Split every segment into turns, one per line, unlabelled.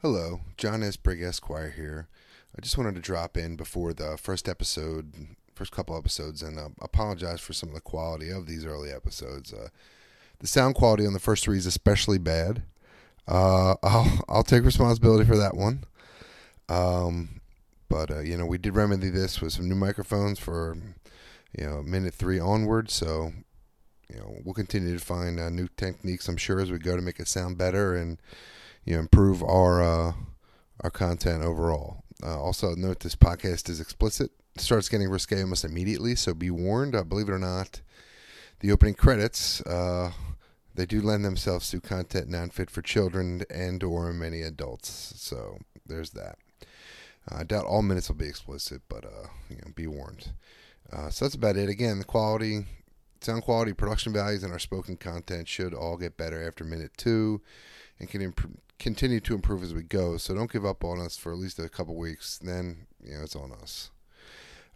Hello, John Esbrig Esquire here. I just wanted to drop in before the first episode, first couple episodes, and uh, apologize for some of the quality of these early episodes. Uh, the sound quality on the first three is especially bad. Uh, I'll, I'll take responsibility for that one. Um, but, uh, you know, we did remedy this with some new microphones for, you know, minute three onward. So, you know, we'll continue to find uh, new techniques, I'm sure, as we go to make it sound better and, you know, improve our, uh, our content overall. Uh, also, note this podcast is explicit. It starts getting risque almost immediately, so be warned. Uh, believe it or not, the opening credits uh, they do lend themselves to content not fit for children and or many adults so there's that Uh, i doubt all minutes will be explicit but uh, you know, be warned uh, so that's about it again the quality sound quality production values and our spoken content should all get better after minute two and can imp- continue to improve as we go so don't give up on us for at least a couple weeks then you know it's on us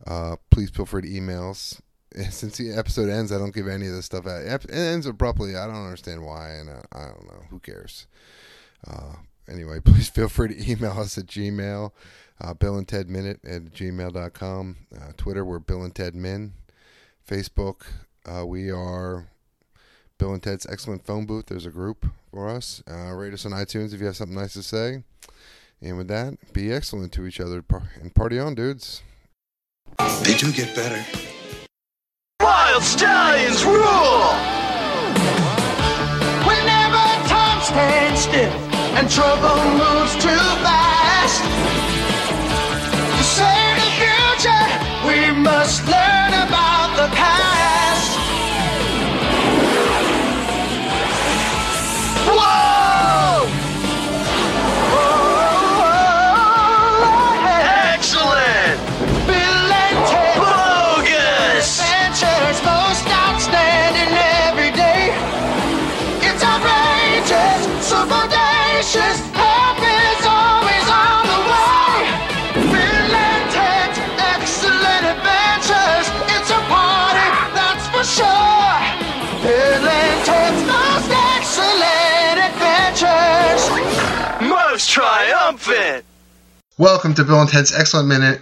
uh, please feel free to email us since the episode ends, I don't give any of this stuff out. Ep- It ends abruptly. I don't understand why, and I, I don't know. Who cares? Uh, anyway, please feel free to email us at Gmail, uh, Bill and Ted Minute at gmail.com. Uh, Twitter, we're Bill and Ted Min. Facebook, uh, we are Bill and Ted's Excellent Phone Booth. There's a group for us. Uh, rate us on iTunes if you have something nice to say. And with that, be excellent to each other par- and party on, dudes.
They do get better.
Wild Stallions rule! Whenever time stands stiff and trouble moves too fast, to save the future, we must learn about the past. Whoa! Whoa! Excellent! Belated! Bogus! Adventures most outstanding every day. It's outrageous, so bodacious. Help is always on the way. Belated, excellent adventures. It's a party, that's for sure. Belated, most excellent adventures. Most triumphant.
Welcome to Bill and Ted's Excellent Minute,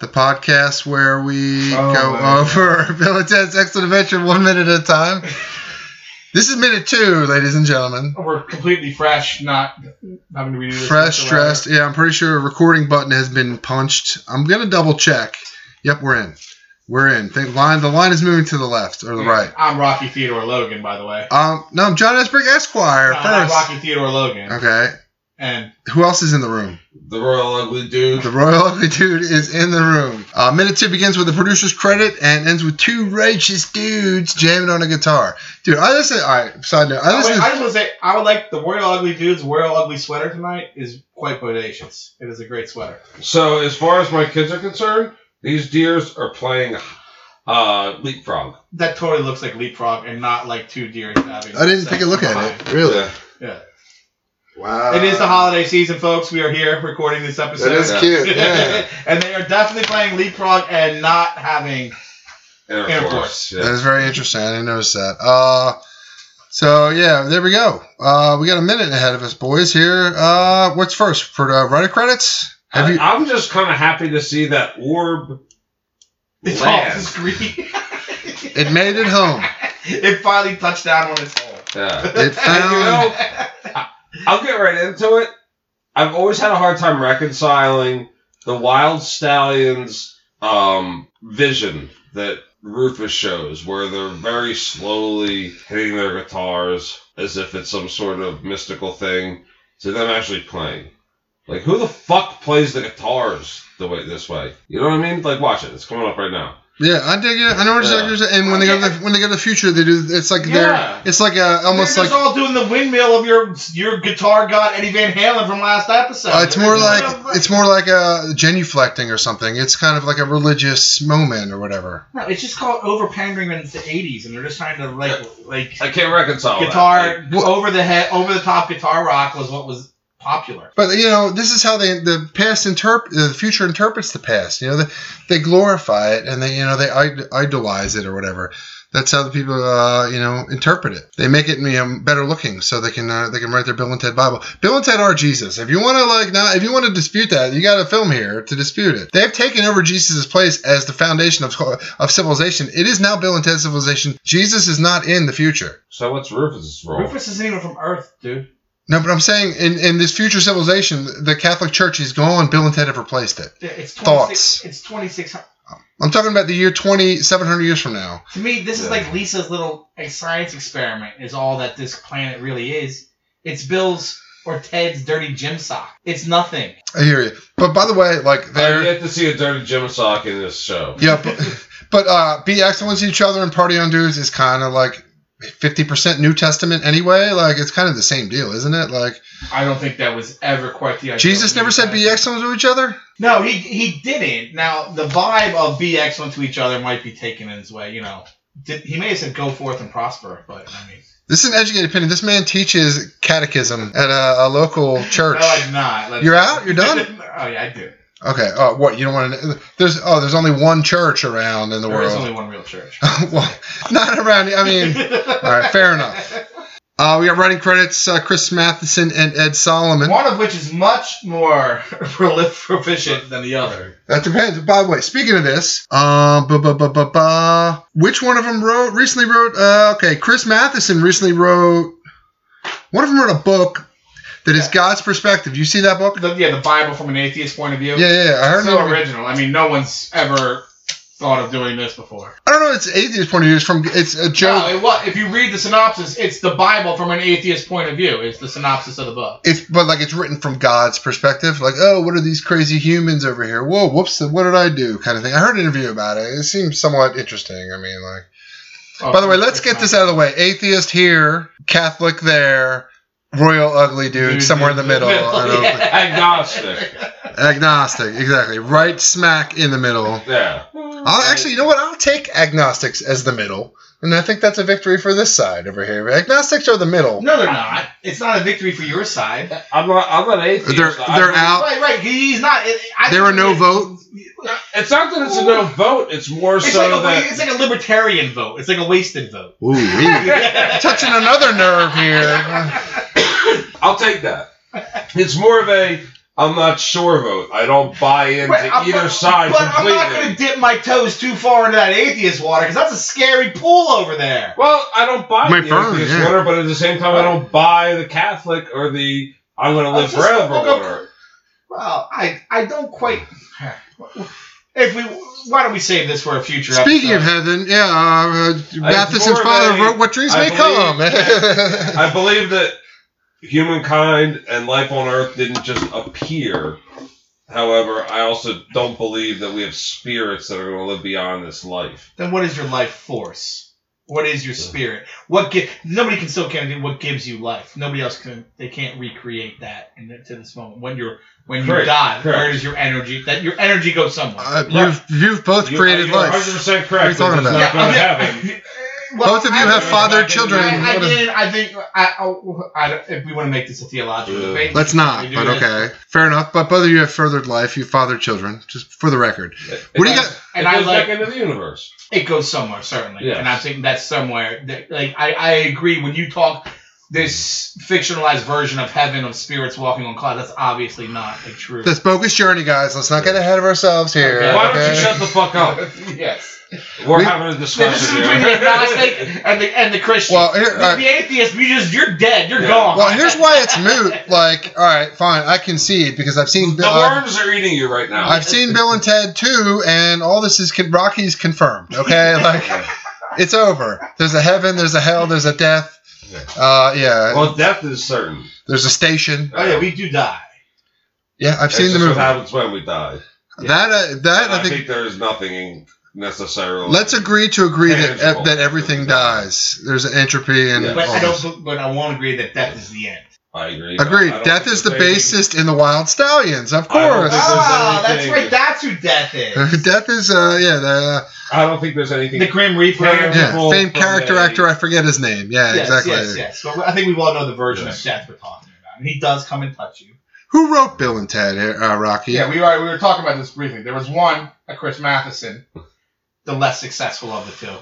the podcast where we go over Bill and Ted's Excellent Adventure one minute at a time. this is minute two, ladies and gentlemen.
We're completely fresh, not having to redo this.
Fresh,
whatsoever.
stressed. Yeah, I'm pretty sure a recording button has been punched. I'm gonna double check. Yep, we're in. We're in. Think line. The line is moving to the left or the right.
I'm Rocky Theodore Logan, by the way.
Um, no, I'm John Esbrig Esquire
No, I'm
first.
Rocky Theodore Logan.
Okay.
And
Who else is in the room?
The Royal Ugly Dude.
The Royal Ugly Dude is in the room. Uh, minute two begins with the producer's credit and ends with two righteous dudes jamming on a guitar. Dude, I listen. All right, side note. I
Oh,
listen.
wait,
to-
I just want to say, I would like the Royal Ugly Dude's Royal Ugly sweater tonight is quite bodacious. It is a great sweater.
So, as far as my kids are concerned, these deers are playing uh, leapfrog.
That totally looks like leapfrog and not like two deer having.
I didn't
sex
take a look at
behind.
it. Really?
Yeah.
Wow.
It is the holiday season, folks. We are here recording this episode.
That is
Yeah.
cute. Yeah.
and they are definitely playing leapfrog and not having.
Intercourse.
Intercourse.
that
Yeah.
is very interesting. I didn't notice that. Uh, so yeah, there we go. Uh, we got a minute ahead of us, boys. Here. Uh, what's first for the writer credits?
Uh,
Have you?
I, am just kind of happy to see that orb
It's all
land.
discreet.
It made it home.
it finally touched down on its hole.
Yeah.
It found.
You know, I- I'll get right into it. I've always had a hard time reconciling the Wild Stallions um, vision that Rufus shows, where they're very slowly hitting their guitars as if it's some sort of mystical thing, to them actually playing. Like, who the fuck plays the guitars the way this way? You know what I mean? Like, watch it. It's coming up right now.
Yeah, I dig it. I know what
Yeah.
you're saying. And when they go to the, when they go to the future, they do. It's like
Yeah.
they're. It's like a almost
They're
like.
just all doing the windmill of your your guitar god Eddie Van Halen from last episode.
Uh, it's
They're
more
just
like
doing the-
it's more like a genuflecting or something. It's kind of like a religious moment or whatever.
no, it's just called over pandering in the '80s, and they're just trying to like like
I can't reconcile that. Like,
guitar
What-
over the head, over the top guitar rock was what was popular.
But you know, this is how they the past interpret the future interprets the past. You know, they, they glorify it and they you know they id- idolize it or whatever.
That's how the people, uh, you know, interpret it. They make it you know, better looking, so they can uh, they can write their Bill and Ted Bible. Bill and Ted are Jesus. If you want to like not, if you want to dispute that, you got a film here to dispute it. They've taken over Jesus' place as the foundation of of civilization. It is now Bill and Ted civilization. Jesus is not in the future.
So what's Rufus's role?
Rufus isn't even from Earth, dude.
No, but I'm saying in, in this future civilization, the Catholic Church is gone. Bill and Ted have replaced it.
It's 26,
Thoughts?
It's 26.
I'm talking about the year 2700 years from now.
To me, this is
Yeah.
like Lisa's little a science experiment. Is all that this planet really is. It's Bill's or Ted's dirty gym sock. It's nothing.
I hear you. But by the way, like
I
they're
yet to see a dirty gym sock in this show.
yeah, but, but uh, be excellent to each other and party on dudes is kind of like 50% New Testament anyway. Like it's kind of the same deal, isn't it? Like
I don't think that was ever quite the idea.
Jesus never said be excellent to each other.
No, he he didn't. Now the vibe of be excellent to each other might be taken in his way. You know, Did, he may have said go forth and prosper, but I mean,
This is an educated opinion. This man teaches catechism at a, a local church.
no, I did not. Let's-
You're out? You're done?
oh yeah, I do.
Okay. Uh, what you don't want to? There's oh, there's only one church around in the
There is
world.
only one real church.
well, not around. I mean. All right, fair enough. Uh, we got writing credits: uh, Chris Matheson and Ed Solomon.
One of which is much more prolif- proficient than the other.
That depends. By the way, speaking of this, um, ba ba ba ba ba, which one of them wrote recently wrote? Uh, okay, Chris Matheson recently wrote. One of them wrote a book that is God's perspective. You see that book?
The, yeah, the Bible from an atheist point of view.
Yeah, yeah. yeah. I heard.
so
it-
original. I mean, no one's ever thought of doing this before.
I don't know. It's atheist point of view. It's from. It's a joke.
No, it wa- if you read the synopsis, it's the Bible from an atheist point of view. It's the synopsis of the book.
it's but like it's written from God's perspective, like oh, what are these crazy humans over here? Whoa, whoops, what did I do? Kind of thing. I heard an interview about it. It seems somewhat interesting. I mean, like by the way, let's get this out of the way. Atheist here, Catholic there, royal ugly dude,
Dude,
somewhere in the
dude,
middle.
middle,
I don't-
yeah.
Agnostic.
Agnostic, exactly, right smack in the middle.
Yeah.
I'll, actually, you know what? I'll take agnostics as the middle, and I think that's a victory for this side over here. Agnostics are the middle.
No, they're not. It's not a victory for your side.
I'm not. I'm not atheist.
They're
I
they're
believe-
out.
Right, right. He's not. I- I-
There are no vote.
It's not that it's a no vote. It's more
It's,
so
like a, wa-
that
it's like a libertarian vote. It's like a wasted vote.
Ooh, touching another nerve here.
I'll take that. It's more of a I'm not sure vote. I don't buy into
Right, I'm-
either
but-
side
But I'm
completely.
not going to dip my toes too far into that atheist water because that's a scary pool over there.
Well, I don't buy
Might
the
burn,
atheist
yeah.
water, but at the same time, I don't buy the Catholic or the I'm going to
I
live
was just-
forever
look up-
water.
Well, I I don't quite. If we, why don't we save this for a future?
Speaking of
episode?
heaven, yeah, uh,
I-
Matheson's
more of
father
a-
wrote "What Dreams
I
May Come."
I believe that humankind and life on Earth didn't just appear. However, I also don't believe that we have spirits that are going to live beyond this life.
then what is your life force? What is your spirit? What gi- nobody can still can do what gives you life. Nobody else can. They can't recreate that in the, to this moment. When you're when you
Correct,
die, where
correct.
does your energy? That your energy goes somewhere.
Uh, you've, you've both
You-
created
you're
life.
100%
What are you
correct.
talking
It's
about?
not going to
Yeah,
happen.
Well,
both of you
I-
have fathered children.
I, I
What is-
did. I think. I, oh, I, don't- if we want to make this a theological
Yeah.
debate,
Let's
we
not,
do
but
this.
okay, fair enough. But both of you have furthered life. You fathered children, just for the record. What do you got?
And
it
I
goes
like
back into the universe.
it goes somewhere certainly,
Yes.
and I think that's somewhere. That, like I, I agree when you talk this fictionalized version of heaven of spirits walking on clouds. That's obviously not a true.
This bogus journey, guys. Let's not get ahead of ourselves here.
Okay.
Why don't you
okay?
shut the fuck up?
yes.
We're
We-
having a
So this is
discussion
between the agnostic
here.
and the and the Christian.
Well, here, all
the,
right.
the atheist, you just you're dead. You're
Yeah.
gone.
well, here's why it's moot. Like, all right, fine, I concede because I've seen.
the
I've-
worms are eating you right now.
I've seen Bill and Ted too, and all this is con- Rocky's confirmed. Okay, like it's over. There's a heaven. There's a hell. There's a death. Uh, yeah.
well, death is certain.
there's a station.
oh yeah, we do die.
Yeah, I've
That's
seen the
just
movie.
What happens when we die?
That uh, that
And
I
I
think.
think there is nothing necessarily.
let's agree to agree that
Tangible.
that everything dies. There's an entropy and
Yeah.
But I
all this.
don't. But I won't agree that death is the end.
I agree.
Agreed.
I don't
Death
think
is the
there's anything-
bassist in the Wild Stallions, of
I don't
course.
think there's
Oh, that's
anything-
right. That's who death is.
Death is uh yeah the
I don't think there's anything.
The Grim Reaper.
Yeah.
yeah
People
famed
from
character
the-
actor I forget his name yeah
yes,
exactly
yes, yes. Well, I think we all know the version
Yes.
of death we're talking about. And he does come and touch you.
who wrote Bill and Ted uh, Rocky
Yeah, we were we were talking about this briefly. There was one, a Chris Matheson, the less successful of the two.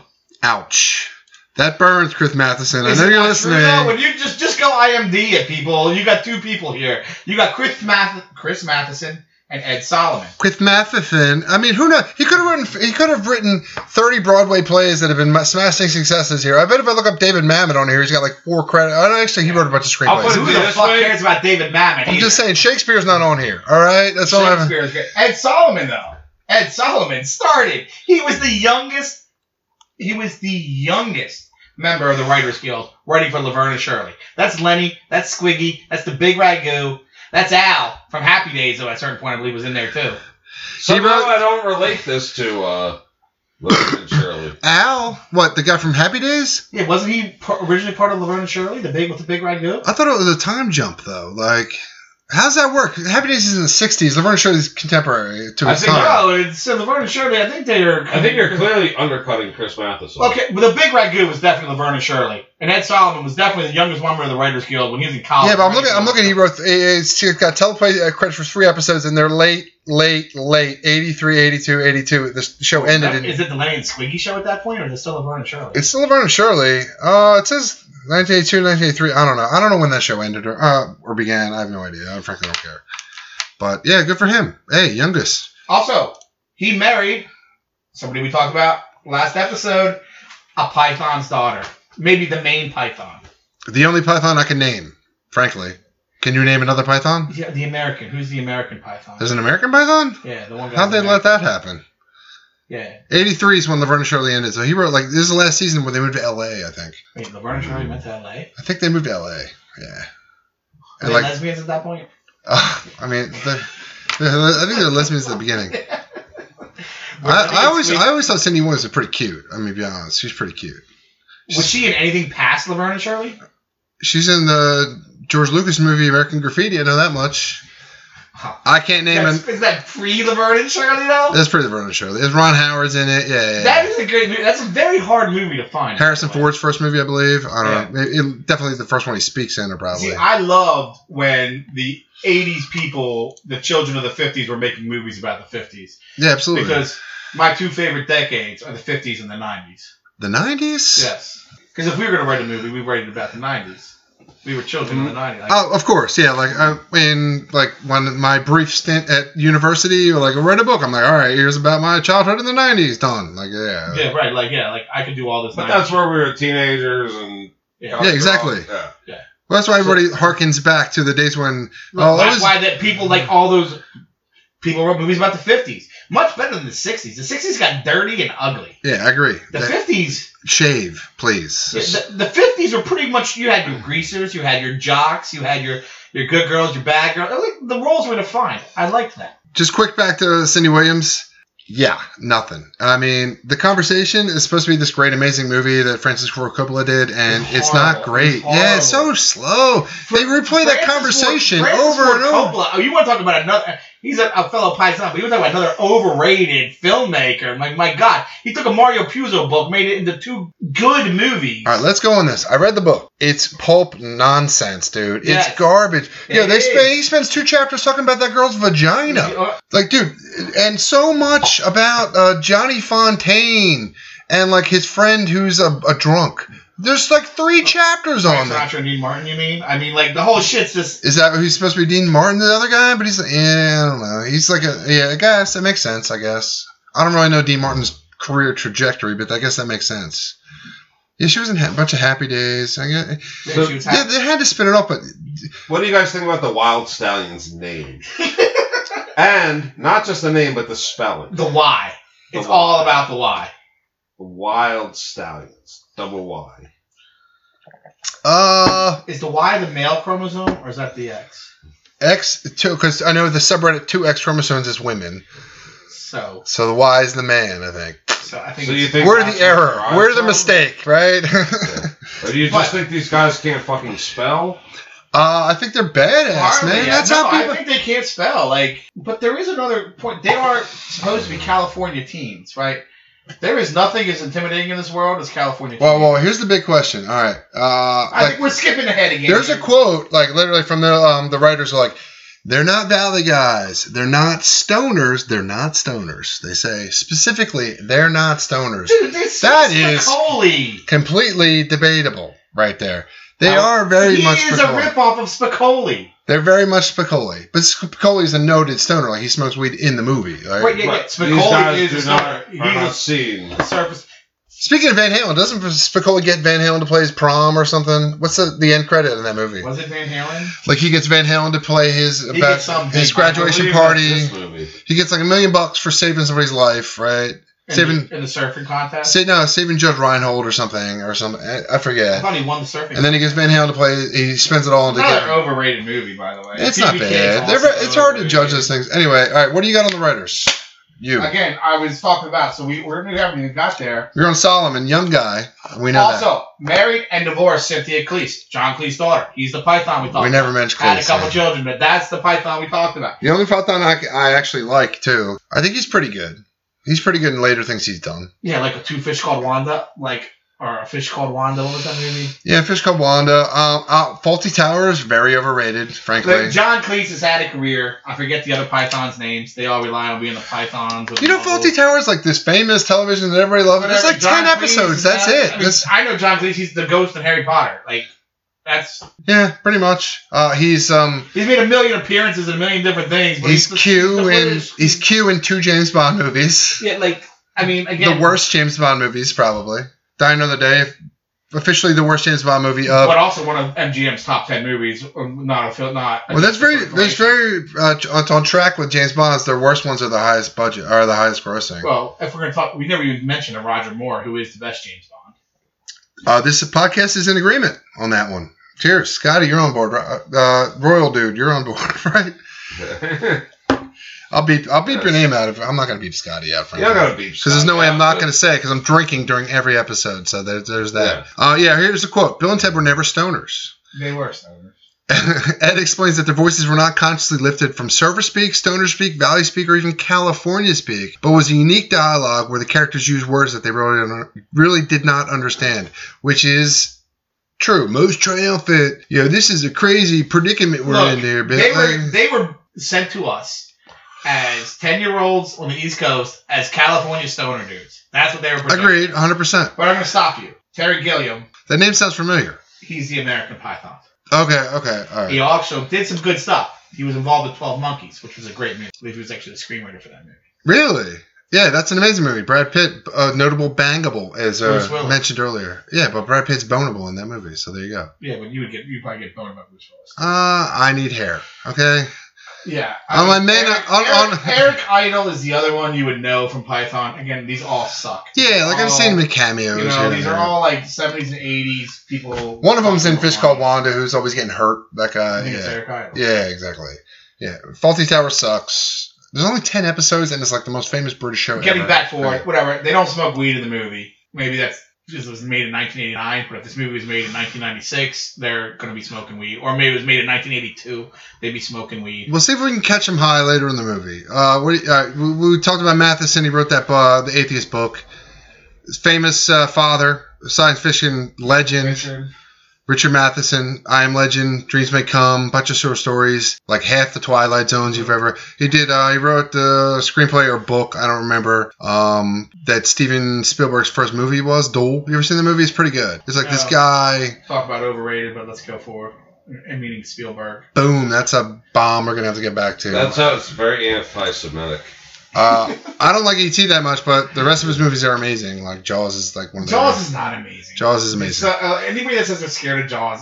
Ouch. That burns, Chris Matheson.
Is
I know
it
you're
not true,
listening.
though? When you just just go IMD it, people. You got two people here. You got Chris Math Chris Matheson and Ed Solomon.
Chris Matheson. I mean, who knows? He could have written. He could have written thirty Broadway plays that have been smashing successes here. I bet if I look up David Mamet on here, he's got like four credits. I don't actually. He wrote a bunch of
I'll put
screenplays.
it
Who
be
the
this
fuck
way?
cares about David Mamet?
I'm
either?
just saying Shakespeare's not on here. All right, that's all I'm.
Shakespeare is great. Ed Solomon though. Ed Solomon started. He was the youngest. He was the youngest member of the Writers Guild, writing for Laverne and Shirley. That's Lenny. That's Squiggy. That's the Big Ragu. That's Al from Happy Days, who at a certain point I believe was in there too.
Somehow
wrote-
I don't relate this to uh, Laverne and Shirley.
Al, what the guy from Happy Days?
Yeah, wasn't he par- originally part of Laverne and Shirley, the big with the big ragu?
I thought it was a time jump though. Like, how's that work? Happy Days is in the '60s. Laverne and Shirley's contemporary to
I
its
think
time.
No, it's so Laverne oh, and Shirley. I think they're.
I think you're clearly undercutting Chris Matheson.
Okay, but the big ragu was definitely Laverne and Shirley, and Ed Solomon was definitely the youngest member of the Writers Guild when he was in college.
Yeah, but I'm looking. I'm looking. He wrote. He's got teleplay uh, credits for three episodes, and they're late, late, late. 83, 82, 82. The show ended in.
Is it the Lenny and Squiggy show at that point, or is it still Laverne and Shirley?
It's still Laverne and Shirley. Uh, it says 1982, 1983. I don't know. I don't know when that show ended or uh, or began. I have no idea. I frankly don't care. But yeah, good for him. Hey, youngest.
Also, he married somebody we talked about last episode, a python's daughter, maybe the main python.
The only Python I can name, frankly. Can you name another Python?
Yeah, the American. Who's the American python?
There's an American Python?
yeah, the one. guy-
How'd they let that happen?
Yeah,
83 is when Laverne and Shirley ended. So he wrote like this is the last season where they moved to LA, I think.
wait, Laverne and Shirley went to L.A.
I think they moved to LA. Yeah.
Were
And
they
like,
lesbians at that point?
uh, I mean, the, the, I think they're lesbians at the beginning.
Lenny
I, I
and
always,
Squiggy-
I always thought Cindy Williams was pretty cute. I mean, to be honest, she's pretty cute.
Was she in anything past Laverne and Shirley?
She's in the George Lucas movie American Graffiti. I know that much.
Huh.
I can't name
That's,
it.
is that pre Laverne and Shirley though?
That's pretty Vernon Shirley. Is Ron Howard's in it? Yeah, yeah, yeah.
That is a great movie. That's a very hard movie to find.
Harrison
by the way.
Ford's first movie, I believe. I don't
Yeah.
know. Maybe- it- definitely the first one he speaks in, or probably.
See, I loved when the 80s people, the children of the 50s, were making movies about the 50s.
yeah, absolutely.
Because my two favorite decades are the 50s and the 90s.
the nineties.
Yes. Because if we were going to write a movie, we'd write it about the 90s. We were children of the 90s. Like,
Oh, of course, yeah. Like I, in like one of my brief stint at university, like I read a book. I'm like, all right, here's about my childhood in the '90s. Done. Like, yeah,
yeah, right. Like, yeah, like I could do all this.
But
90s.
that's where we were teenagers and.
Yeah.
Yeah, exactly.
Yeah.
Well, that's why everybody harkens back to the days when
Look,
Oh, that
that's
was-
why that people like all those people wrote movies about the 50s. Much better than the 60s. The 60s got dirty and ugly.
Yeah, I agree.
The
That-
50s
shave, please.
the, the 50s were pretty much you had your
Mm-hmm.
greasers, you had your jocks, you had your your good girls, your bad girls. Like, The roles were defined. I liked that.
Just quick back to Cindy Williams. Yeah, nothing. I mean, the conversation is supposed to be this great, amazing movie that Francis Ford Coppola did, and it's,
It's
not
horrible.
great.
It's
yeah, it's so
horrible.
slow. they replay that
Francis Ford-
conversation
Francis
over
Ford
and over.
Coppola. Oh, you want to talk about another? He's a, a fellow Python, but you want to talk about another overrated filmmaker? Like my God, he took a Mario Puzo book, made it into two good movies.
All right, let's go on this. I read the book. It's pulp nonsense, dude. It's
Yes.
garbage.
It
yeah, they
is.
spend, he spends two chapters talking about that girl's vagina.
Uh,
like dude and so much about uh, johnny fontaine and like his friend who's a, a drunk there's like three chapters on
Frank
that
Sinatra and Dean Martin, you mean? I mean, like the whole shit's just
is that who's supposed to be dean martin the other guy but he's like yeah i don't know he's like a yeah i guess that makes sense i guess i don't really know dean martin's career trajectory but i guess that makes sense yeah she was in ha- a bunch of happy days i guess
So-
she was
yeah,
happy.
they had to spin it up but
What do you guys think about the Wild Stallion's name? and not just the name, but the spelling.
the why. It's
The why.
all about the why.
The Wild Stallions. Double Y.
uh
Is the Y the male chromosome or is that the X?
x two because i know the subreddit two x chromosomes is women
So,
so the y is the man i think
so I think.
So
it's-
you think
We're the
that's
error.
where it
We're the
arrives from?
mistake, right?
Or do you
But-
just think these guys can't fucking spell?
uh, I think they're badass,
Hardly,
man.
yeah.
That's
No,
how people.
I think they can't spell. Like, but there is another point. They are supposed to be California teens, right? There is nothing as intimidating in this world as California.
Well,
teens.
well, here's the big question. All right, uh,
I
like
think we're skipping ahead again.
there's a quote, like literally from the um, the writers, like They're not valley guys. They're not stoners. They're not stoners. They say specifically, they're not stoners.
Dude, this
That is-
Spicoli.
Completely debatable, right there. They
Now,
are very
he
much.
is
Spicoli.
a ripoff of Spicoli.
They're very much Spicoli, but Spicoli's a noted stoner. Like he smokes weed in the movie. Right?
Wait, yeah, yeah.
But these
Spicoli is
guys
a
do not,
star.
are not
He's
seen.
a surface.
Speaking of Van Halen, doesn't Spicoli get Van Halen to play his prom or something? What's the, the end credit in that movie?
Was it Van Halen?
Like he gets Van Halen to play his
He
about-
gets some
his
big-
graduation
I believe
party.
that's this movie.
He gets like a million bucks for saving somebody's life, right?
In,
Saving-
the, in the surfing contest.
Say no, saving Judge Reinhold or something or something. I, I
I
forget.
thought he won the surfing.
And then he gets Van Halen to play. He spends it all on the
Another
game.
overrated movie, by the way.
It's not
PBK is
bad. They're,
also
ve- it's hard to
overrated.
judge those things. Anyway, all right. What do you got on the writers? You.
Again, I was talking about, so we, we're going to have we got there.
You're on Solomon, young guy. We know
also,
that.
married and divorced Cynthia Cleese, John Cleese's daughter. He's the Python we talked
We
about.
never mentioned
Had a
Cleese,
couple
yeah.
children, but that's the Python we talked about.
The only Python I, I actually like too. I think he's pretty good. He's pretty good in later things he's done.
Yeah, like a two fish called Wanda, like or a fish called Wanda. What was that movie?
Yeah, Fish Called Wanda. Um, uh, Faulty Towers, very overrated, frankly.
Like, John Cleese has had a career. I forget the other Pythons' names. They all rely on being the Pythons. or the
you know,
Muggles.
Faulty Towers like this famous television that everybody loves. There's
Whatever,
like
John
ten
Cleese
episodes.
is
That's
not-
it.
I, mean,
That's
I know John Cleese. He's the ghost in Harry Potter. Like that's
yeah, pretty much. Uh, he's um
he's made a million appearances in a million different things. But
he's
the-
Q
the
in
British-
he's Q in two James Bond movies.
yeah. Like I mean, again,
The worst James Bond movies probably. Die Another Day, officially the worst James Bond movie of
but also one of MGM's top ten movies. or Not a film. Not
Well, that's very that's very uh, it's on track with James Bond's. Their worst ones are the highest budget are the highest grossing.
Well, if we're gonna talk, we never even mentioned a Roger Moore, who is the best James Bond.
Uh, this podcast is in agreement on that one. Cheers, Scotty. You're on board, right? uh, Royal Dude. You're on board, right? I'll beep. I'll beep your
Yes.
name out. If, I'm not going to beep Scotty out.
You're not
Because
gonna beat
there's no way I'm not
Scott,
going to say it because I'm drinking during every episode. So there, there's that.
Yeah.
Uh, yeah. Here's a quote. Bill and Ted were never stoners.
They were stoners.
Ed explains that their voices were not consciously lifted from server speak, stoner speak, valley speak, or even California speak, but was a unique dialogue where the characters used words that they really, don't- really did not understand, which is true. Most triumphant. You know, this is a crazy predicament we're
Look,
in here, but
They were
like,
they were sent to us as ten year olds on the East Coast as California stoner dudes. That's what they were. Projected.
agreed, 100%.
But I'm gonna stop you, Terry Gilliam.
That name sounds familiar.
He's the American Python.
Okay, okay, all right.
He also did some good stuff. He was involved with Twelve Monkeys, which was a great movie. I believe he was actually the screenwriter for that movie.
Really? Yeah, that's an amazing movie. Brad Pitt, uh, notable bangable, as
Bruce
uh,
Willis.
mentioned earlier. Yeah, but Brad Pitt's bonable in that movie, so there you go.
Yeah, but you would get you probably get boned by Bruce Willis.
Uh, I need hair, okay?
Yeah. Um,
Oh, my man,
Eric,
on- on-
Eric, Eric Idle is the other one you would know from Python. Again, these all suck.
Yeah, like I've
Oh,
seen him in cameos.
You
here
know,
and
these
there.
are all like seventies and eighties people.
One of them's in Fish Called Wanda, who's always getting hurt. That
I
guy.
think it's
Yeah.
Eric Idle.
yeah, exactly. Yeah, Faulty Tower sucks. There's only ten episodes, and it's like the most famous British show.
Getting
ever.
back forward,
Right.
whatever. They don't smoke weed in the movie. Maybe that's this was made in 1989, but if this movie was made in 1996, they're going to be smoking weed. Or maybe it was made in 1982, they'd be smoking weed.
We'll see if we can catch him high later in the movie. Uh, what, do you- uh, we, we talked about Matheson. He wrote that uh, the atheist book. His famous uh, father, science fiction legend. Richard Matheson, I Am Legend, Dreams May Come, bunch of short stories, like half the Twilight Zones you've ever. He did. Uh, he wrote the screenplay or book, I don't remember. Um, that Steven Spielberg's first movie was Duel. You ever seen the movie? It's pretty good. It's like this
No.
guy.
Talk about overrated, but let's go forward. And meaning Spielberg.
Boom! That's a bomb. We're gonna have to get back to.
That's how it's very anti-Semitic.
uh, I don't like ET that much, but the rest of his movies are amazing. Like Jaws is like one of the.
Jaws is not amazing.
Jaws is amazing.
It's not- uh, anybody that says they're scared of Jaws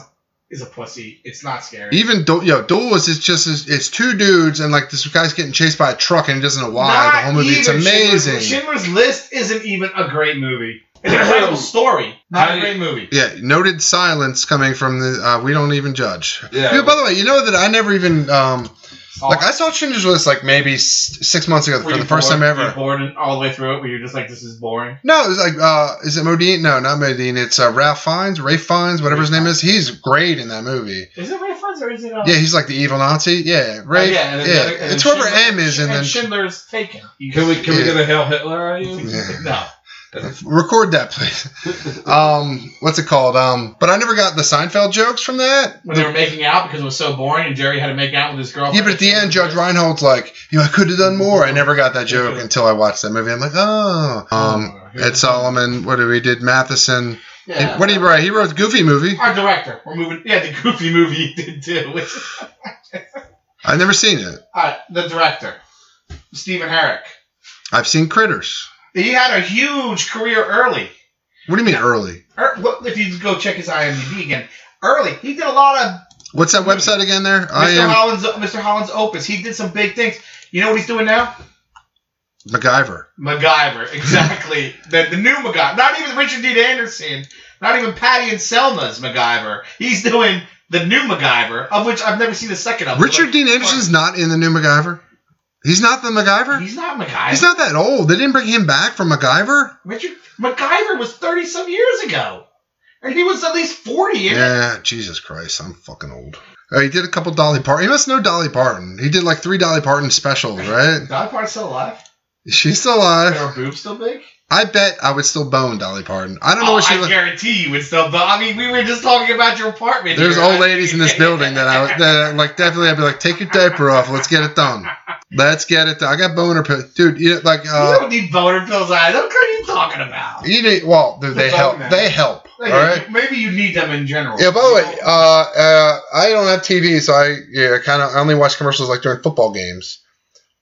is a pussy. It's not scary.
Even Duel, yo, Duel is it's just it's, it's two dudes and like this guy's getting chased by a truck and he doesn't know why.
Not
the whole movie, it's
even Schindler's-
amazing.
Schindler's List isn't even a great movie. It's an incredible story,
How
not a
do
great movie.
Yeah, noted silence coming from the. Uh, we don't even judge.
Yeah.
Dude, by the way, you know that I never even um
Saw-
like I saw Schindler's List like maybe s- six months ago
Were
for
you
the first
bored?
time
Were you
ever.
bored and all the way through it, where you're just like, this is boring.
No, it was like uh, is it Modine? No, not Modine. It's uh, Ralph Fiennes, Rafe Fiennes, whatever his name is. He's great in that movie.
Is it Ray Fiennes or is it? Uh,
Yeah, he's like the evil Nazi. Yeah,
oh,
Rafe.
yeah, and then the
yeah,
other- and
it's
then
whoever
Schindler-
M is, and
and
then
Schindler's Taken. He's-
Can we can
Yeah.
we get a Hail Hitler out of you?
Yeah.
No,
Record that, please. Um, what's it called? Um, but I never got the Seinfeld jokes from that.
when they were making out because it was so boring and Jerry had to make out with his girlfriend.
Yeah, but at the end, Judge Reinhold's like, you know, I could have done more. I never got that joke until I watched that movie. I'm like, oh. Um, Ed Solomon, what do we did? Matheson.
Yeah.
What did he write? He wrote the Goofy movie.
Our director. We're moving. Yeah, the goofy movie he did too. Which,
I've never seen it.
uh, the director, Stephen Herrick.
I've seen Critters.
He had a huge career early.
What do you mean early?
Er, well, if you go check his IMDb again, early he did a lot of
What's that website again? There, I
Mr.
am
Holland's Mr. Holland's opus. He did some big things. You know what he's doing now?
MacGyver.
MacGyver, exactly. the, the new MacGyver. Not even Richard Dean Anderson. Not even Patty and Selma's MacGyver. He's doing the new MacGyver, of which I've never seen the second of.
Richard
Like,
Dean Anderson's not in the new MacGyver. He's not the MacGyver.
He's not MacGyver.
He's not that old. They didn't bring him back from MacGyver.
Richard MacGyver was thirty some years ago, and he was at least forty. in it.
Yeah, Jesus Christ, I'm fucking old. Uh, he did a couple Dolly Parton. He must know Dolly Parton. He did like three Dolly Parton specials, right?
Dolly Parton's still alive.
She's still
And her
alive.
boobs still big.
I bet I would still bone Dolly Parton. I don't know
Oh,
what she
I
looks.
guarantee you it's still. But I mean, we were just talking about your apartment.
There's
here.
old ladies in this building that I would- that I- like definitely I'd be like, take your diaper off. Let's get it done. Let's get it done. I got boner pill, dude. You know, like
you
uh,
don't need boner pills. I don't. What are you talking about?
you need, well, dude, they
It's all
help.
now.
They help. All
Like,
right.
Maybe you need them in general.
Yeah, by the way, uh, uh, I don't have TV, so I yeah, kind of I only watch commercials like during football games.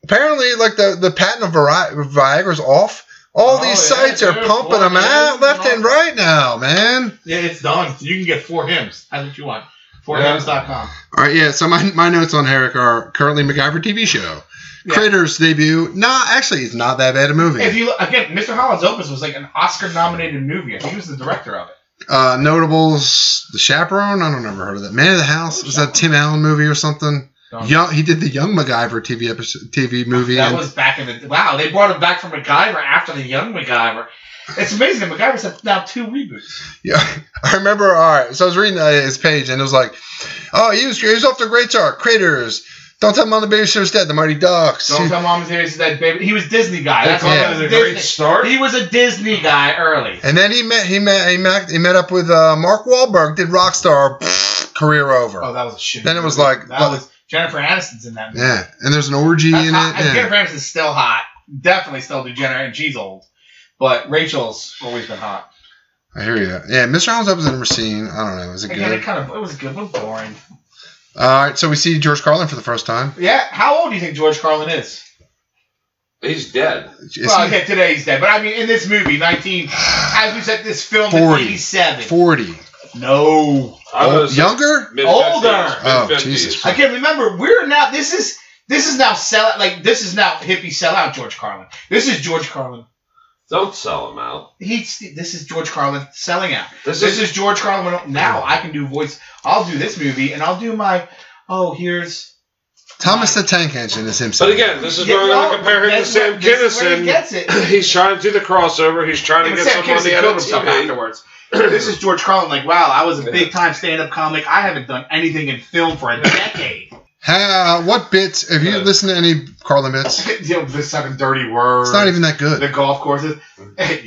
Apparently, like the the patent of Vari- Viagra's off. All
Oh,
these
yeah,
sites are
dude,
pumping
boy,
them
yeah,
out
this is
left
awesome.
and right now, man.
Yeah, it's done. You can get four hymns. That's what you want. Fourhymns.com.
All right, yeah. So my, my notes on Herrick are currently MacGyver TV show,
Yeah.
Critters debut. Nah, actually, it's not that bad a movie.
If you look, again, Mr. Holland's Opus was like an Oscar-nominated movie. I think he was the director of it.
uh, notables, The Chaperone. I don't ever heard of that. Man of the House was that a Tim Allen movie or something?
Don't-
Young, he did the Young MacGyver TV episode, TV movie.
That
and-
was back in the wow. They brought him back from MacGyver after the young MacGyver. It's amazing. that MacGyver's had now two reboots.
Yeah, I remember. All right, so I was reading uh, his page, and it was like, "Oh, he was he was off the great star, Critters. Don't tell mom the babysitter's dead. The Mighty Ducks.
Don't tell Mom and Dad he's that baby. He was Disney guy. That's why
Yeah.
he was
a
a
great
Disney.
start.
He was a Disney guy early.
and then he met he met he met he met up with uh, Mark Wahlberg. Did Rockstar pfft, career over?
Oh, that was a shit.
Then it was
movie.
like-
that was Jennifer Aniston's in that. Movie.
yeah, and there's an orgy
That's
in it.
hot. And
yeah.
Jennifer Aniston's still hot. Definitely still degenerate, and she's old. But Rachel's always been hot.
I hear you. Yeah, Mr. Holmes up was never seen. I don't know. Was it
Again, it
good?
kind of it was good but boring.
All right, so we see George Carlin for the first time.
Yeah, how old do you think George Carlin is?
He's dead.
Is
well,
he
okay, today he's dead, but I mean, in this movie, nineteen, as we said, this film
40.
eighty-seven.
forty?
No,
I'm gonna say
Younger?
mid-fifties,
Older.
Oh,
mid-fifties.
Jesus.
I can't remember. We're now. This is this is now sell like this is now hippie sellout George Carlin. This is George Carlin.
Don't sell him out.
He's this is George Carlin selling out.
This,
This
is,
is George Carlin. when- Now I can do voice. I'll do this movie and I'll do my. Oh, here's.
Thomas the Tank Engine is himself.
But again, this is
Yeah,
where we're
no,
gonna compare him to
that's
Sam
not- this is where he
Kinison.
gets it.
He's trying to do the crossover. He's trying to get
Sam
someone on
Kinison
the
killed
other
himself
TV.
afterwards. this is George Carlin. Like, wow, I was a
Yeah.
big time stand up comic. I haven't done anything in film for a decade.
How, what bits? Have you
Uh,
listened to any Carlin bits?
you know, the seven dirty words.
It's not even that good.
the golf courses.
Mm-hmm.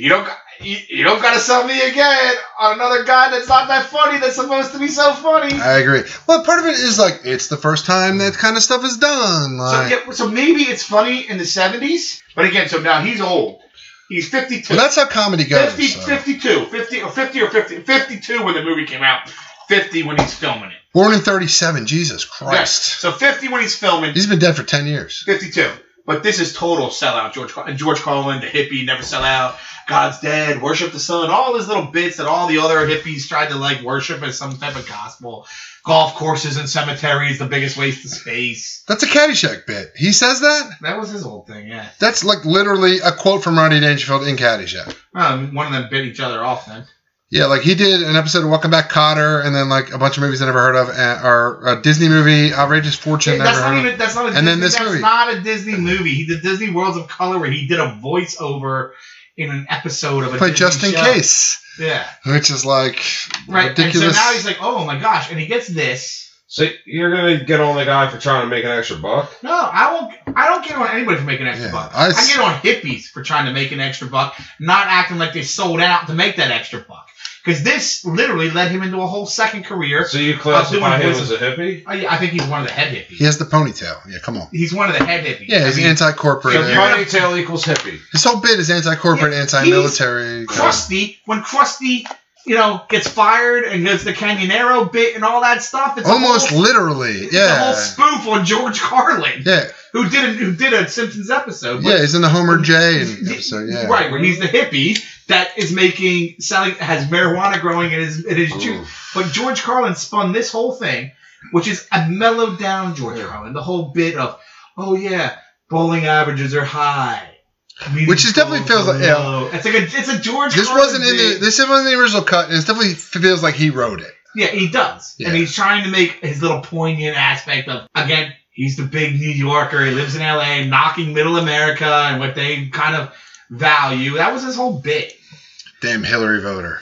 You don't. You, you don't gotta sell me again on another guy that's not that funny. That's supposed to be so funny.
I agree. Well, part of it is like it's the first time that kind of stuff is done.
So,
Like,
yeah, so maybe it's funny in the seventies, but again, so now he's old. He's fifty two.
well, that's how comedy goes.
50,
so.
52, 50 or 50 or 50, 52 when the movie came out, 50 when he's filming it.
Born in '37, Jesus Christ,
So 50 when he's filming,
he's been dead for ten years.
52. But this is total sellout. George Car- and George Carlin, the hippie, never sell out. God's dead. Worship the sun. All his little bits that all the other hippies tried to like worship as some type of gospel. Golf courses and cemeteries, the biggest waste of space.
That's a Caddyshack bit. He says that.
That was his whole thing, yeah.
That's like literally a quote from Rodney Dangerfield in Caddyshack.
Um, one of them bit each other off then.
Yeah, like he did an episode of Welcome Back, Cotter, and then like a bunch of movies I never heard of, uh, or a Disney movie, Outrageous Fortune.
that's
never heard
not
of.
even. That's not a.
And
Disney,
then this
that's
movie.
not a Disney movie. He did Disney Worlds of Color, where he did a voiceover in an episode of a.
Play
Disney
Just in
show.
Case,
Yeah.
which is like
Right.
ridiculous.
And so now he's like, oh my gosh, and he gets this.
So you're gonna get on the guy for trying to make an extra buck?
No, I won't. I don't get on anybody for making an extra
Yeah,
buck.
I
I,
s-
get on hippies for trying to make an extra buck, not acting like they sold out to make that extra buck. Because this literally led him into a whole second career.
So you classify
I'm doing
him as a hippie?
I, I think he's one of the head hippies.
He has the ponytail. Yeah, come on.
He's one of the head hippies.
Yeah,
I
he's
mean,
So
anti-corporate.
Yeah.
ponytail equals hippie.
His whole bit is anti-corporate,
Yeah,
anti-military.
Krusty. When Krusty, you know, gets fired and goes the Canyonero bit and all that stuff, it's a
Almost
whole-
literally.
it's a whole
Yeah.
spoof on George Carlin,
Yeah.
who did a, who did a Simpsons episode. but-
Yeah, he's in the Homer J and episode. Yeah.
Right, where he's the hippie that is making selling has marijuana growing in his in his juice. But George Carlin spun this whole thing, which is a mellowed down George Carlin. The whole bit of, oh yeah, bowling averages are high. Community
Which is definitely
scores
feels
are
like- yeah.
low. It's like a it's a George.
This
Carlin
wasn't in the
bit.
this wasn't in the original cut, and it definitely feels like he wrote it.
Yeah, he does,
Yeah.
and he's trying to make his little poignant aspect of again. He's the big New Yorker. He lives in L.A., knocking Middle America and what they kind of value. That was his whole bit.
Damn Hillary voter.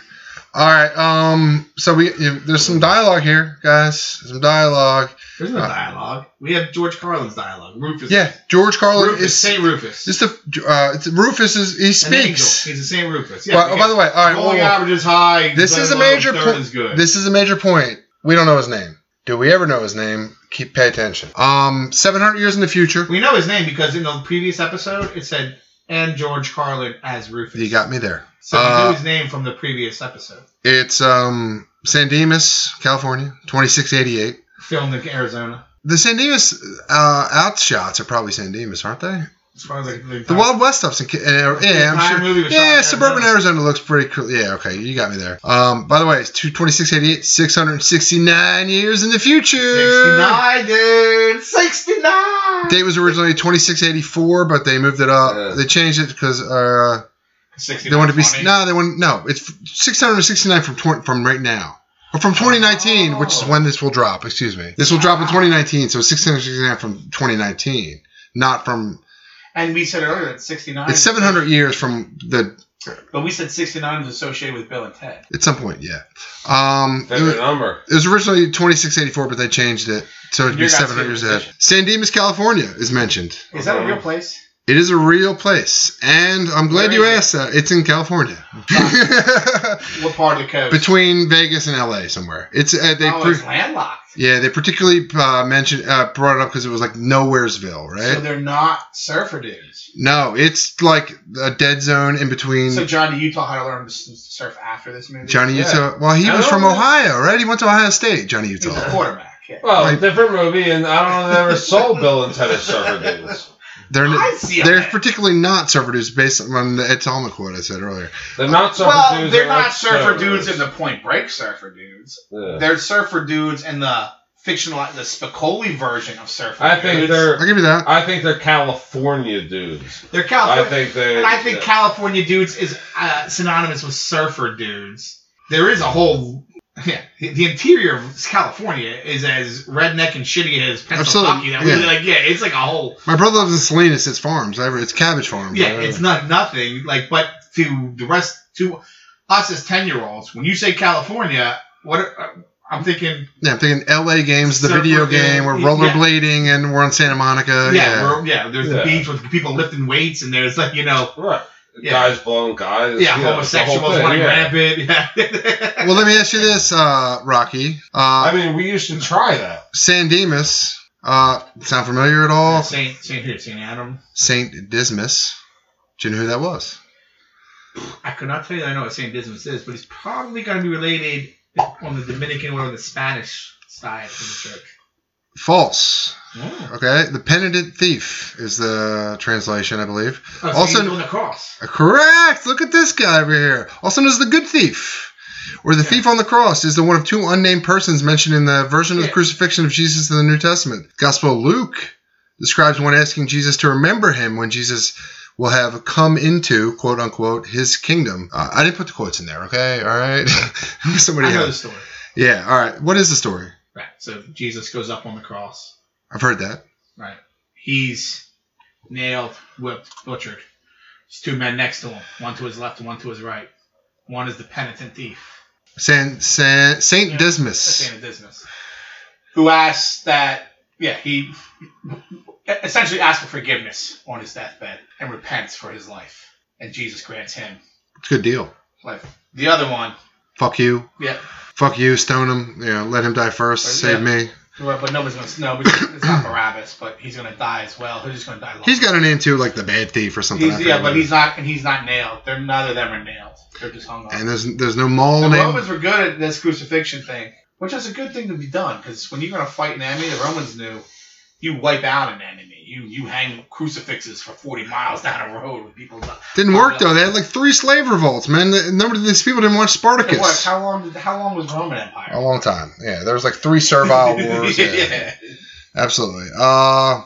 All right. Um. So we you, there's some dialogue here, guys. Some dialogue.
There's no
Uh,
dialogue. We have George Carlin's dialogue. Rufus.
Yeah. George Carlin
Rufus.
is.
Saint Rufus.
It's the uh, it's, Rufus is he
An angel.
speaks.
He's a Saint Rufus. Yeah. Oh,
Well, oh, by, the way, all right.
bowling
well,
average is high.
this is a
low,
major
third
point.
is good.
This is a major point. We don't know his name. Do we ever know his name? Keep pay attention. Um, seven hundred years in the future.
we know his name because in the previous episode it said and George Carlin as Rufus.
You got me there.
so we
uh,
knew his name from the previous episode.
It's um San Dimas, California, twenty six eighty eight.
Filmed in Arizona.
The San Dimas uh, outshots are probably San Dimas, aren't they?
As far as like, the,
The Wild West stuff's in, Ca- uh, yeah,
Brian
I'm sure.
movie was shot
Yeah,
in
suburban Arizona looks pretty cool. Yeah, okay, you got me there. Um, by the way, it's two twenty six eighty eight, six hundred sixty nine years in the future.
69, dude. 69.
Date was originally 2684, but they moved it up.
Yeah.
They changed it because uh,
69
they want to be
funny.
no, they want no. It's 669 from 20, from right now. Or from 2019, which is
Oh.
when this will drop. Excuse me, this will drop in 2019. So 669 from 2019, not from.
And we said earlier it's 69.
It's 700 years from the
But we said 69 is associated with Bill and Ted.
at some point. Yeah, um, it was,
Favorite number.
it was originally 2684, but they changed it so it'd be
You're not
700 years
seeing
ahead. San Dimas, California, is mentioned.
Is that a real place?
It is a real place, and I'm glad
Where
you
is it?
asked that. It's in California,
What part of the coast?
between Vegas and LA, somewhere. It's uh, they,
oh,
pre-
it's landlocked.
yeah, they particularly uh, mentioned uh, brought it up because it was like nowheresville, right?
So they're not surfer dudes.
no, it's like a dead zone in between
So Johnny Utah had to learn to s- to surf after this movie.
Johnny
yeah.
Utah. Well, he
I
was
don't
from
know.
Ohio, right? He went to Ohio State, Johnny
he was a
Utah.
quarterback. Yeah.
Well,
Like-
different movie, and I don't know if I ever saw Bill and Ted as surfer dudes.
They're
I see
they're
that.
particularly not surfer dudes based on the Ed Talma quote I said earlier.
They're not surfer
Well,
dudes.
they're not
like
surfer dudes in
surfers.
the Point Break surfer dudes.
Yeah.
They're surfer dudes in the fictional, the Spicoli version of surfer.
I think
dudes.
they're.
I'll give you that.
I think they're California dudes.
they're
I
California.
think they.
and I think
yeah.
California dudes is uh, synonymous with surfer dudes. There is a whole. Yeah, the- the interior of California is as redneck and shitty as Pennsylvania.
Absolutely,
That we
yeah.
like, yeah, it's like a whole
My brother lives in Salinas. It's farms. I- It's cabbage farms.
Yeah,
Uh,
I-
it's not nothing. Like, but to the rest, to us as ten year olds, when you say California, what uh, I'm thinking,
Yeah, I'm thinking L.A. games, the
Surfer
video game,
game,
we're
yeah.
rollerblading, and we're on Santa Monica.
yeah,
Yeah,
We're, yeah, there's
Uh,
the
Yeah.
beach with people lifting weights, and there's like you know,
Right.
Yeah.
Guys blowing guys.
yeah,
you know, it's the whole
homosexuals
thing,
running
yeah.
rampant. Yeah.
well, let me ask you this, uh, Rocky. Uh,
I mean, we used to try that.
San Dimas, uh, sound familiar at all?
Saint Saint here, Saint Adam.
Saint Dismas. Do you know who that was?
I could not tell you. that I know what Saint Dismas is, but he's probably going to be related on the Dominican or the Spanish side of the church.
False.
Oh.
Okay, the penitent thief is the translation, I believe.
Oh, so
Also-
he's on the cross.
Correct. Look at this guy over here. Also known as the good thief. Or the
Yeah.
thief on the cross is the one of two unnamed persons mentioned in the version of the
Yeah.
crucifixion of Jesus in the New Testament. Gospel of Luke describes one asking Jesus to remember him when Jesus will have come into quote unquote his kingdom. Uh, I didn't put the quotes in there. Okay, all right. Somebody
I know the
else.
story.
Yeah. All right. What is the story?
Right. So Jesus goes up on the cross.
I've heard that.
Right. He's nailed, whipped, butchered. There's two men next to him, one to his left and one to his right. One is the penitent thief,
San, San, Saint
Yeah,
Dismas.
Satan of Dismas. who asks that, yeah, he essentially asks for forgiveness on his deathbed and repents for his life. And Jesus grants him
It's a good deal.
life. The other one,
Fuck you.
yeah,
Fuck you. Stone him. Yeah, let him die first.
Uh, Yeah.
Save me.
Right, but nobody's gonna know because it's not Barabbas, but he's gonna die as well. He's just gonna die. Long.
He's got a name too, like the bad thief or something. I
He's,
forget
yeah,
what
but
it
he's
is.
not, and he's not nailed. They're none of them are nailed. They're just hung up.
And there's there's no mall
the
name.
Romans were good at this crucifixion thing, which is a good thing to be done because when you're gonna fight an enemy, the Romans knew you wipe out an enemy. You you hang crucifixes for 40 miles down a road with people.
Didn't work though. They had like three slave revolts, man. The- Number of these people didn't watch
It worked.
Spartacus.
How long did how long was the Roman Empire?
A long time. Yeah, there was like three servile Oh, wars. Yeah,
yeah.
absolutely. Uh,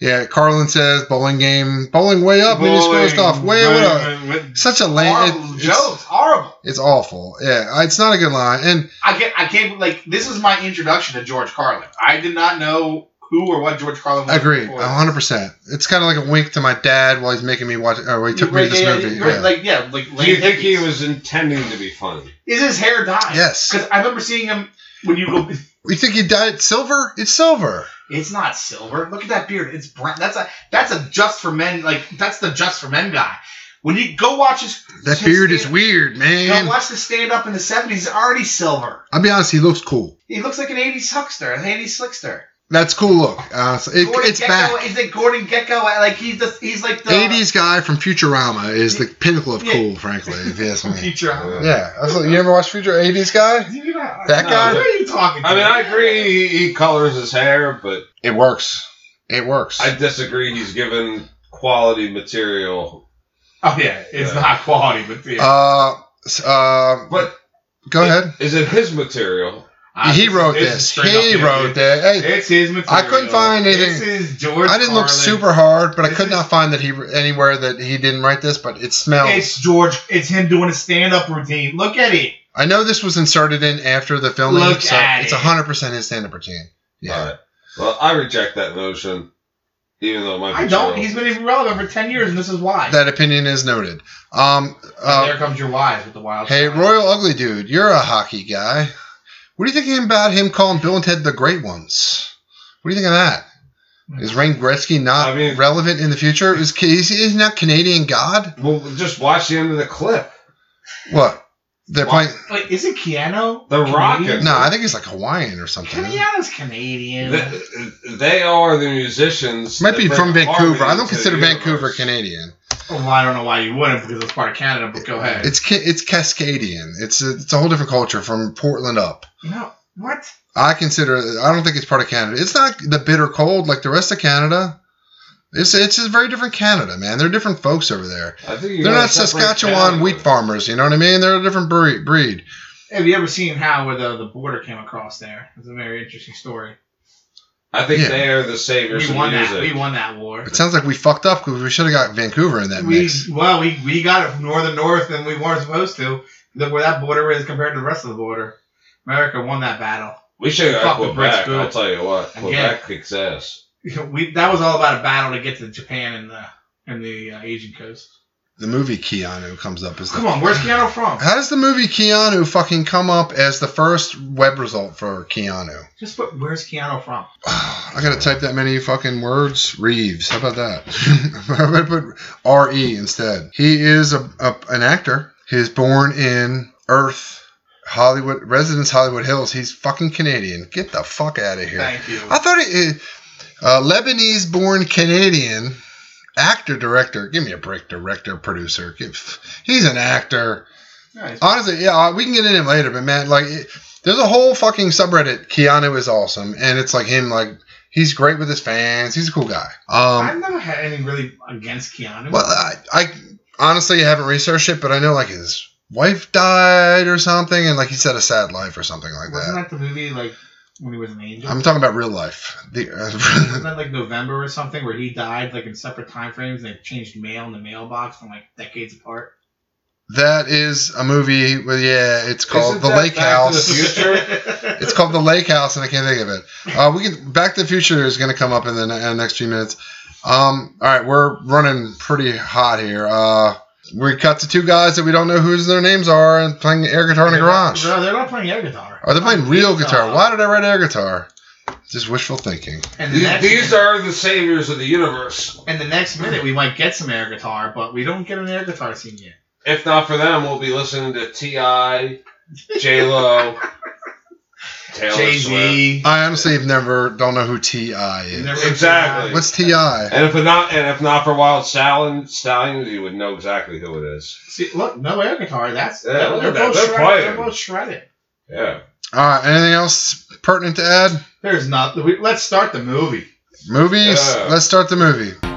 yeah. Carlin says bowling game, bowling way up. we just
Bowling,
grossed off way, way up.
with-
Such a lame.
Horrible
it- it's,
jokes, horrible.
it's awful. Yeah, it's not a good line. And
I get I can't like this is my introduction to George Carlin. I did not know who or what George Carlin was.
I agree,
before.
hundred percent. It's kind of like a wink to my dad while he's making me watch. Or he took
Right,
me to this
yeah,
movie.
right,
yeah.
Like yeah, like
Do you
lame
think he
hippies.
was intending to be funny?
Is his hair dyed?
Yes.
Because I remember seeing him when you go.
You think he dyed silver? It's silver.
It's not silver. Look at that beard. It's brown. That's a that's a just for men. Like that's the just for men guy. When you go watch his
That
his
beard is
stand-
weird,
Go
man.
watch the stand up in the seventies. It's already silver.
I'll be honest, he looks cool.
He looks like an eighties huckster, an eighties slickster.
That's cool look. Honestly, it,
Gordon
it's
Gekko,
back.
Is it Gordon Gecko? Like he's the he's like the
Eighties guy from Futurama is the pinnacle of
uh, Yeah.
cool, frankly. If you ask me.
Futurama.
Yeah, absolutely. You ever watch Future Eighties guy? That
no,
guy?
Who are you talking to?
I mean, I agree he, he colors his hair, but
It works. It works.
I disagree he's given quality material.
Oh yeah, it's
Yeah.
not quality, but yeah.
uh, s- uh,
But
go ahead.
Is it his material?
I-
he wrote
it's
this.
straight
He
up, yeah,
wrote
it-
that. Hey,
It's his material.
I couldn't find
This
anything.
is George.
I didn't look
Carlin.
super hard, but I
This
could
is-
not find that he anywhere that he didn't write this. But it smells.
It's George. It's him doing a stand-up routine. Look at it.
I know this was inserted in after the filming,
Look
so
at
it's
it.
hundred percent his stand-up routine. Yeah,
Alright. Well, I reject that notion, even though my
I don't. He's been irrelevant for ten years, and this is why.
that opinion is noted. Um,
And
uh,
there comes your wives with the wild.
hey,
child.
Royal Ugly Dude, you're a hockey guy. What do you think about him calling Bill and Ted the Great Ones? What do you think of that? Is Wayne Gretzky not
I mean-
relevant in the future? Is is he not Canadian God?
Well, just watch the end of the clip.
What they're
Why-
playing?
Wait, is it Keanu?
The
Canadian?
Rocket.
No, I think he's like Hawaiian or something.
Keanu's Canadian.
Th- They are the musicians.
Might be
that
from
bring
Vancouver. I
harmony
don't
to the
consider Vancouver
universe.
Canadian.
well, I don't know why you wouldn't because it's part of Canada. But go ahead.
It's Ca- it's Cascadian. It's a, it's a whole different culture from Portland up.
no. What?
I consider. I don't think it's part of Canada. It's not the bitter cold like the rest of Canada. It's it's a very different Canada, man. They're different folks over there.
I think you
They're
gotta
not
separate
Saskatchewan
Canada.
wheat farmers. You know what I mean? They're a different breed. breed.
Have you ever seen how where the, the border came across there? It's a very interesting story.
I think
Yeah.
they are the saviors
We
of
won
music.
that. We won that war.
It sounds like we fucked up because we should have got Vancouver in that
We
mix.
well, we, we got it from northern north, and we weren't supposed to. Look where that border is compared to the rest of the border. America won that battle.
We should have
Fuck the Brits,
got Quebec.
good.
I'll tell you what,
Again.
Quebec kicks ass.
We that was all about a battle to get to Japan and the and the uh, Asian coast.
The movie Keanu comes up as the
Come on, where's Keanu from?
How does the movie Keanu fucking come up as the first web result for Keanu?
Just put where's Keanu from?
I gotta type that many fucking words. Reeves. How about that? I'm gonna put R E instead. He is a, a an actor. He is born in Earth, Hollywood, residence Hollywood Hills. He's fucking Canadian. Get the fuck out of here.
Thank you.
I thought he, uh, Lebanese-born Canadian actor director. Give me a break. Director producer. Give, he's an actor.
Nice.
Honestly, yeah, uh, we can get into him later, but man, like, it, there's a whole fucking subreddit. Keanu is awesome, and it's like him, like, he's great with his fans. He's a cool guy.
I've
Um,
never had anything really against Keanu.
well, uh, I, I honestly haven't researched it, but I know like his wife died or something, and like he's had a sad life or something like
Wasn't
that.
that the movie like when he was an angel?
I'm talking about real life. The,
Wasn't that like November or something where he died like in separate time frames and they changed mail in the mailbox from like decades apart?
that is a movie. Well, yeah, it's called
Isn't
The
that
Lake
Back to the
House.
Future?
It's called the Lake House, and I can't think of it. Uh, we can Back to the Future is going to come up in the ne- uh, next few minutes. Um, all right, we're running pretty hot here. Uh, we cut to two guys that we don't know whose their names are and playing air guitar in a garage.
No, they're not playing air guitar. uh,
Are they playing real guitar? Why did I write air guitar? Just wishful thinking.
And the,
These,
next,
these are the saviors of the universe.
and the next minute, we might get some air guitar, but we don't get an air guitar scene yet.
If not for them, we'll be listening to T.I., J-Lo, Taylor
Jay
Swift.
Z.
I honestly have never don't know who Ti is.
Exactly.
What's Ti?
And if it not, and if not for Wild Stallion, Stallions, you would know exactly who it is.
See, look, no air guitar. That's
Yeah,
they're,
look
they're
at that.
both
They're
shredded. They're
playing.
both shredded.
Yeah.
All right. Anything else pertinent to add?
There's not. we- Let's start the movie.
Movies.
Yeah.
Let's start the movie.